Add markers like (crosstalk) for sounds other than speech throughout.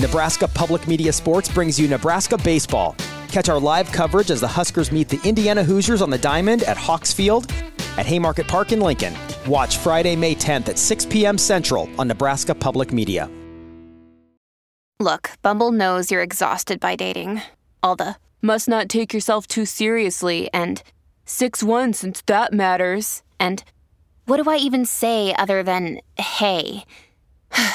Nebraska Public Media Sports brings you Nebraska Baseball. Catch our live coverage as the Huskers meet the Indiana Hoosiers on the Diamond at Hawks Field at Haymarket Park in Lincoln. Watch Friday, May 10th at 6 p.m. Central on Nebraska Public Media. Look, Bumble knows you're exhausted by dating. All the must not take yourself too seriously and 6 1 since that matters. And what do I even say other than hey? (sighs)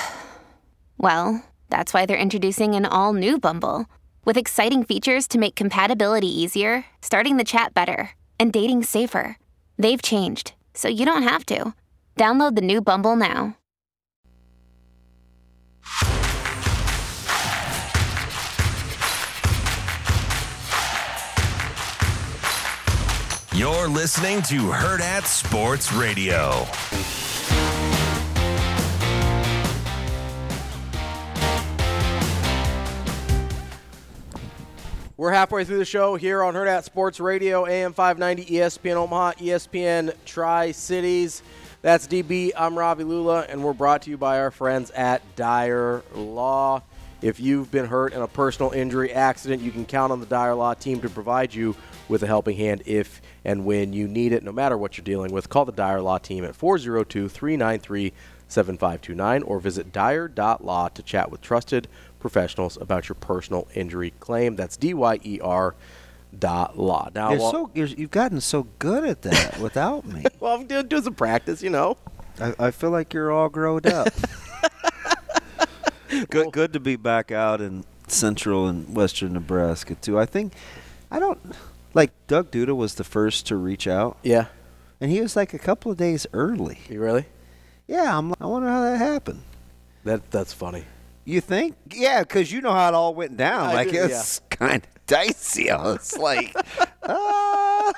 well, that's why they're introducing an all new Bumble with exciting features to make compatibility easier, starting the chat better, and dating safer. They've changed, so you don't have to. Download the new Bumble now. You're listening to Herd at Sports Radio. We're halfway through the show here on Herd at Sports Radio, AM 590, ESPN Omaha, E ESPN Tri Cities. That's DB. I'm Robbie Lula, and we're brought to you by our friends at Dyer Law. If you've been hurt in a personal injury accident, you can count on the Dyer Law team to provide you with a helping hand if and when you need it, no matter what you're dealing with. Call the Dyer Law team at 402 393 7529 or visit dyer.law to chat with trusted professionals about your personal injury claim. That's D Y E R dot law. Now, You're while- so you're, you've gotten so good at (laughs) that without me. well, I'm doing, doing some practice, you know. I, I feel like you're all grown up. (laughs) good, good to be back out in central and western Nebraska too. I think I don't like Doug Duda was the first to reach out, Yeah. and he was like a couple of days early. You really? Yeah, I'm. like, I wonder how that happened. That That's funny. You think? Yeah, because you know how it all went down. I like do, it's (laughs) kind of dicey. I (laughs) was like, "Ah."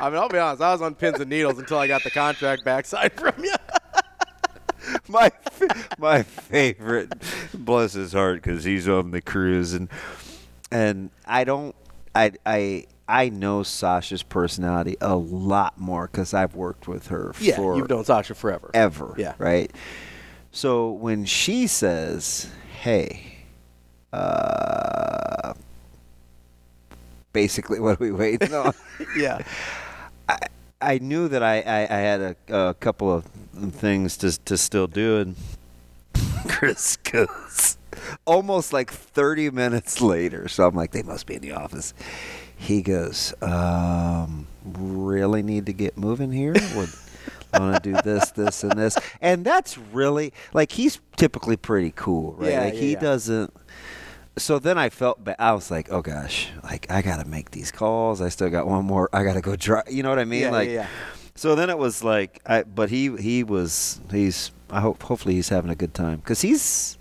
I mean, I'll be honest. I was on pins and needles until I got the contract backside (laughs) from you. (laughs) my my favorite. Bless his heart, because he's on the cruise, and and I don't I I I know Sasha's personality a lot more because I've worked with her Yeah, for you've known Sasha forever. ever. Yeah. Right. So when she says, "Hey," uh, basically, (laughs) what are we waiting on? Yeah. I knew that I, I, I had a, a couple of things to to still do, and (laughs) Chris goes almost like 30 minutes later. So I'm like, they must be in the office. He goes, um, really need to get moving here. Would want to do this, this, and this, and that's really like he's typically pretty cool, right? Yeah, like yeah, he yeah. doesn't so then I felt bad. I was like, oh gosh, like I gotta make these calls. I still got one more. I gotta go drive. You know what I mean? Yeah, yeah, like, yeah. so then it was like, I but he he was he's I hope hopefully he's having a good time because he's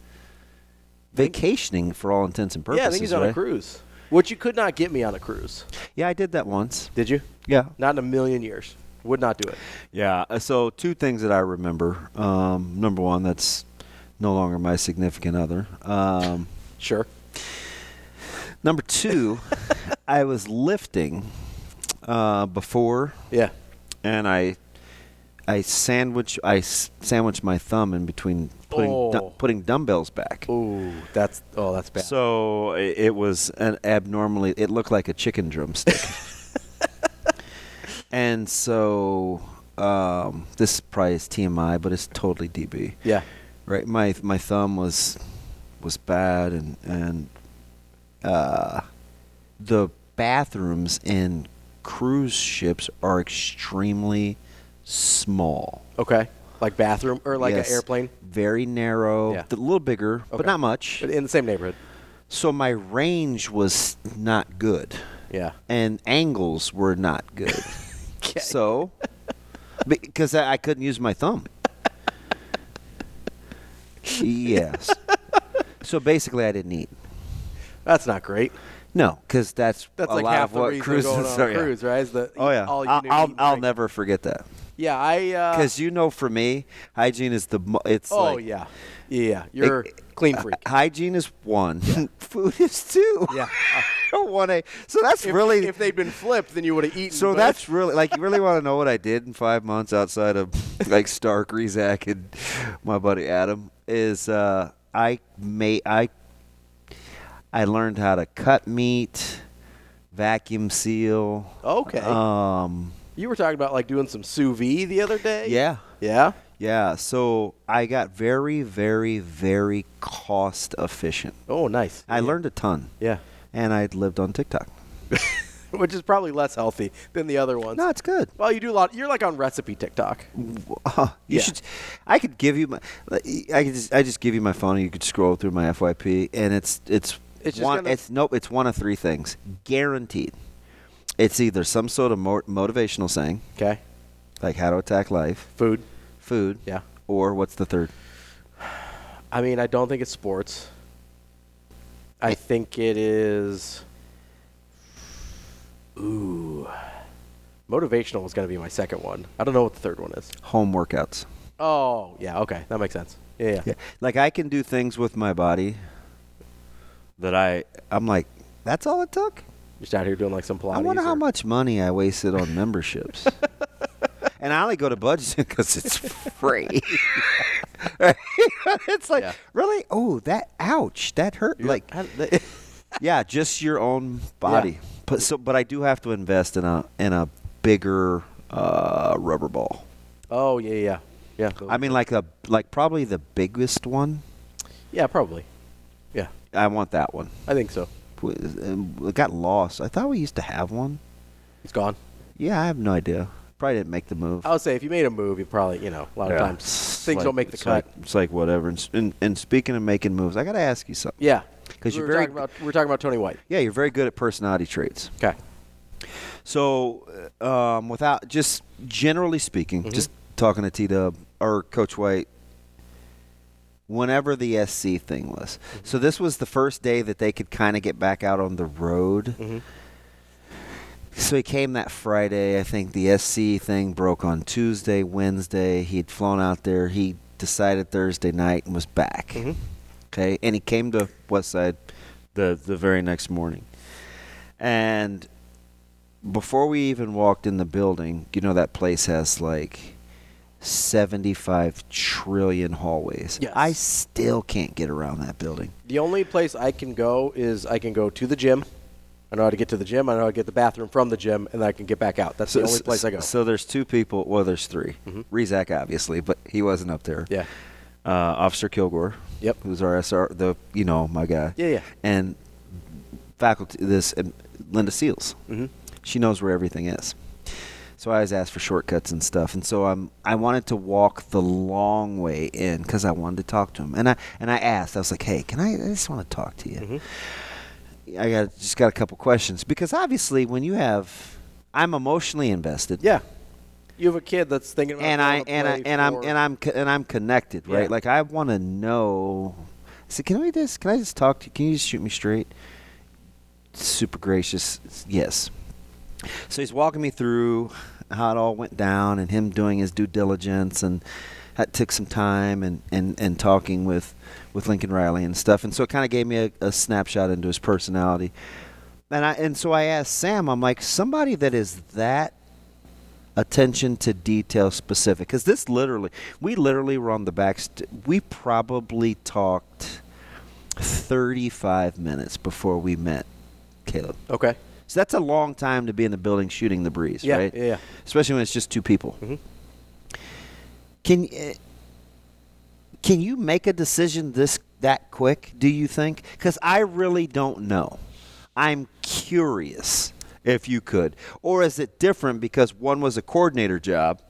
vacationing for all intents and purposes. yeah, I think he's on right? a cruise, which you could not get me on a cruise. Yeah, I did that once. Did you? Yeah, Not in a million years. Would not do it. Yeah. uh, So two things that I remember. Um, number one, that's no longer my significant other. Um, Sure. (laughs) number two, I was lifting uh, before Yeah. and I I sandwich I s- sandwich my thumb in between putting du- Oh. putting dumbbells back. Ooh, that's oh, that's bad. So i- it was an abnormally it looked like a chicken (laughs) drumstick. and so um, this probably is TMI, but it's totally DB. yeah. Right, my my thumb was was bad, and and uh, the bathrooms in cruise ships are extremely small. Okay. Like bathroom or like Yes, an airplane, Very narrow, Yeah. a little bigger, Okay. but not much. but in the same neighborhood. So my range was not good. Yeah. And angles were not (laughs) good. So, because I, I couldn't use my thumb. yes. So basically, I didn't eat. That's not great. No, because that's, That's a like lot half of the what reason cruises going on (laughs) are. a yeah. cruise, right? Is the, Oh yeah, all you I'll can eat I'll, and I'll drink. never forget that Yeah, I. Uh, because you know, for me, hygiene is the mo- it's oh like yeah, yeah, you're clean (laughs) freak. hygiene is one, (laughs) food is two. (laughs) Yeah. one A. So that's If- really If they'd been flipped, then you would have eaten. So but- that's really like you really want to know what I did in five months (laughs) outside of like Stark, Rezak, and my buddy Adam is uh, I may I I learned how to cut meat, vacuum seal. okay. Um, you were talking about like doing some sous vide the other day. yeah, Yeah. yeah. So I got very, very, very cost efficient. Oh, nice. I learned a ton, Yeah. and I lived on TikTok. Which is probably less healthy than the other ones. No, it's good. Well, you do a lot. You're like on recipe TikTok. (laughs) You Yeah. should. I could give you my. I could just. I just give you my phone, and you could scroll through my FYP, and it's it's It's just one. gonna- It's nope. It's one of three things, guaranteed. It's either some sort of mo- motivational saying, Okay. like how to attack life, Food. food, Yeah. or what's the third? I mean, I don't think it's sports. I think it is. Ooh. Motivational was going to be my second one. I don't know what the third one is. Home workouts. Oh, yeah. Okay. That makes sense. Yeah. yeah. Like I can do things with my body that I. I'm like, that's all it took. Just out here doing like some Pilates. I wonder how or- much money I wasted on memberships. and I only go to (laughs) Budget because it's free. (laughs) it's like Yeah. really, oh, that ouch, that hurt. You're like, I- th- yeah, just your own body. But so, but I do have to invest in a in a bigger uh, rubber ball. (laughs) oh yeah, yeah, yeah. I mean, like a like probably the biggest one. yeah, probably. Yeah, I want that one. um, I think so. It got lost. I thought we used to have one. It's gone. Yeah, I have no idea. Probably didn't make the move. I would say if you made a move, you probably, you know, a lot of Yeah. times It's things like- don't make the it's cut. like- it's like whatever. And, s- and, and speaking of making moves, I got to ask you something. yeah, 'Cause We you're were very- talking about we we're talking about Tony White. Yeah, you're very good at personality traits. Okay. So, uh, um, without just generally speaking, Mm-hmm. just talking to T Dub or Coach White, whenever the SC thing was. Mm-hmm. So, this was the first day that they could kind of get back out on the road. Mm-hmm. So he came that Friday. I think the SC thing broke on Tuesday, Wednesday. He had flown out there. He decided Thursday night and was back. Okay, and he came to West Side the the very next morning. And before we even walked in the building, you know that place has like 75 trillion hallways. Yes. I still can't get around that building. The only place I can go is I can go to the gym. I know how to get to the gym. I know how to get the bathroom from the gym, and then I can get back out. That's the only place I go. Mm-hmm. So there's two people. Well, there's 3 Rezak, obviously, but he wasn't up there. Yeah. Uh, Officer Kilgore. Yep. Who's our SR, the, you know, my guy. Yeah, yeah. And faculty, this, um, Linda Seals. Mm-hmm. She knows where everything is. So I always ask for shortcuts and stuff, and so I'm I wanted to walk the long way in because I wanted to talk to him, and I and I asked I was like, hey, can I? I just want to talk to you. Mm-hmm. I got just got a couple questions because obviously when you have, I'm emotionally invested. yeah. You have a kid that's thinking about And how I to and I play and I'm for- and I'm co- and I'm connected, right? Yeah. Like I want to know. I said, can we just? Can I just talk to you? Can you just shoot me straight? Super gracious. Yes. So he's walking me through how it all went down and him doing his due diligence and that took some time and, and, and talking with, with Lincoln Riley and stuff. And so it kind of gave me a, a snapshot into his personality. And I and so I asked Sam, I'm like, somebody that is that attention to detail specific because this literally we literally were on the back st- we probably talked 35 minutes before we met caleb okay. so that's a long time to be in the building shooting the breeze, Yeah, right? yeah, Mm-hmm. yeah. Especially when it's just two people. Can uh, can you make a decision this that quick? Do you think? Because I really don't know. I'm curious if you could, or is it different because one was a coordinator job,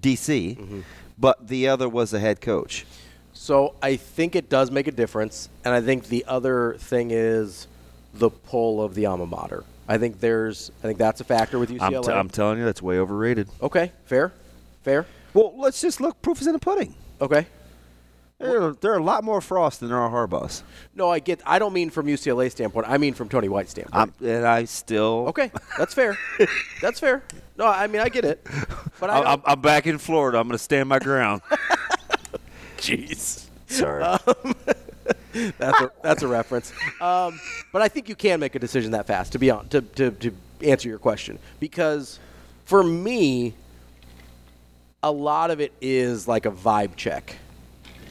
DC, Mm-hmm. but the other was a head coach. So I think it does make a difference, and I think the other thing is the pull of the alma mater. I think there's, I think that's a factor with I'm, UCLA. t- I'm telling you, that's way overrated. okay, fair, fair. Well, let's just look. Proof is in the pudding. Okay, There, there are a lot more Frost than there are Harbaughs. No, I get. I don't mean from UCLA standpoint. I mean from Tony White's standpoint. I'm, and I still okay, that's fair. that's fair. No, I mean I get it. But I I, I'm, don't- I'm back in Florida. I'm going to stand my ground. Jeez. Sorry. That's a, that's a reference. Um, but I think you can make a decision that fast, to be on, to, to, to answer your question. Because for me, a lot of it is like a vibe check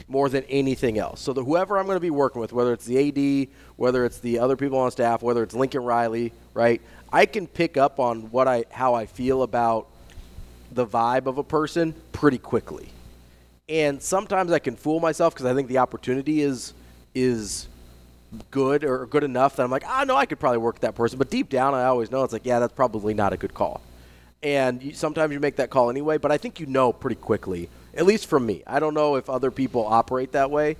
more than anything else. So the, whoever I'm going to be working with, whether it's the AD, whether it's the other people on staff, whether it's Lincoln Riley, right? I can pick up on what I how I feel about the vibe of a person pretty quickly. And sometimes I can fool myself because I think the opportunity is is good or good enough that I'm like, ah, no, I could probably work with that person. But deep down, I always know it's like, yeah, that's probably not a good call. And you, sometimes you make that call anyway, but I think you know pretty quickly, at least from me. I don't know if other people operate that way,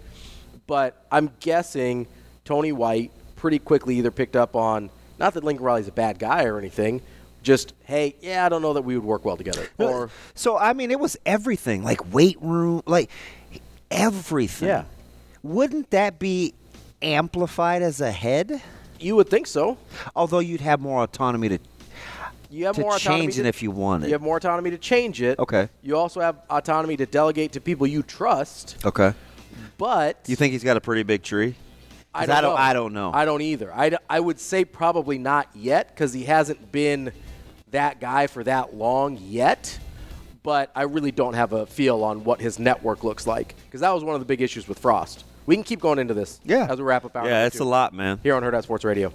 but I'm guessing Tony White pretty quickly either picked up on, not that Lincoln Riley's a bad guy or anything, just, hey, yeah, I don't know that we would work well together. No, Or, (laughs) so I mean, it was everything like weight room, like everything. Yeah. Wouldn't that be amplified as a head? you would think so. Although you'd have more autonomy to. You have to more autonomy change it if you want it. You have more autonomy to change it. Okay. You also have autonomy to delegate to people you trust. Okay. But You think he's got a pretty big tree? I 'Cause don't, I don't- know. I don't know. I don't either. I, d- I would say probably not yet because he hasn't been that guy for that long yet. But I really don't have a feel on what his network looks like because that was one of the big issues with Frost. We can keep going into this. Yeah. As we wrap up our yeah, number it's two a lot, man. here on Herd Out Sports Radio.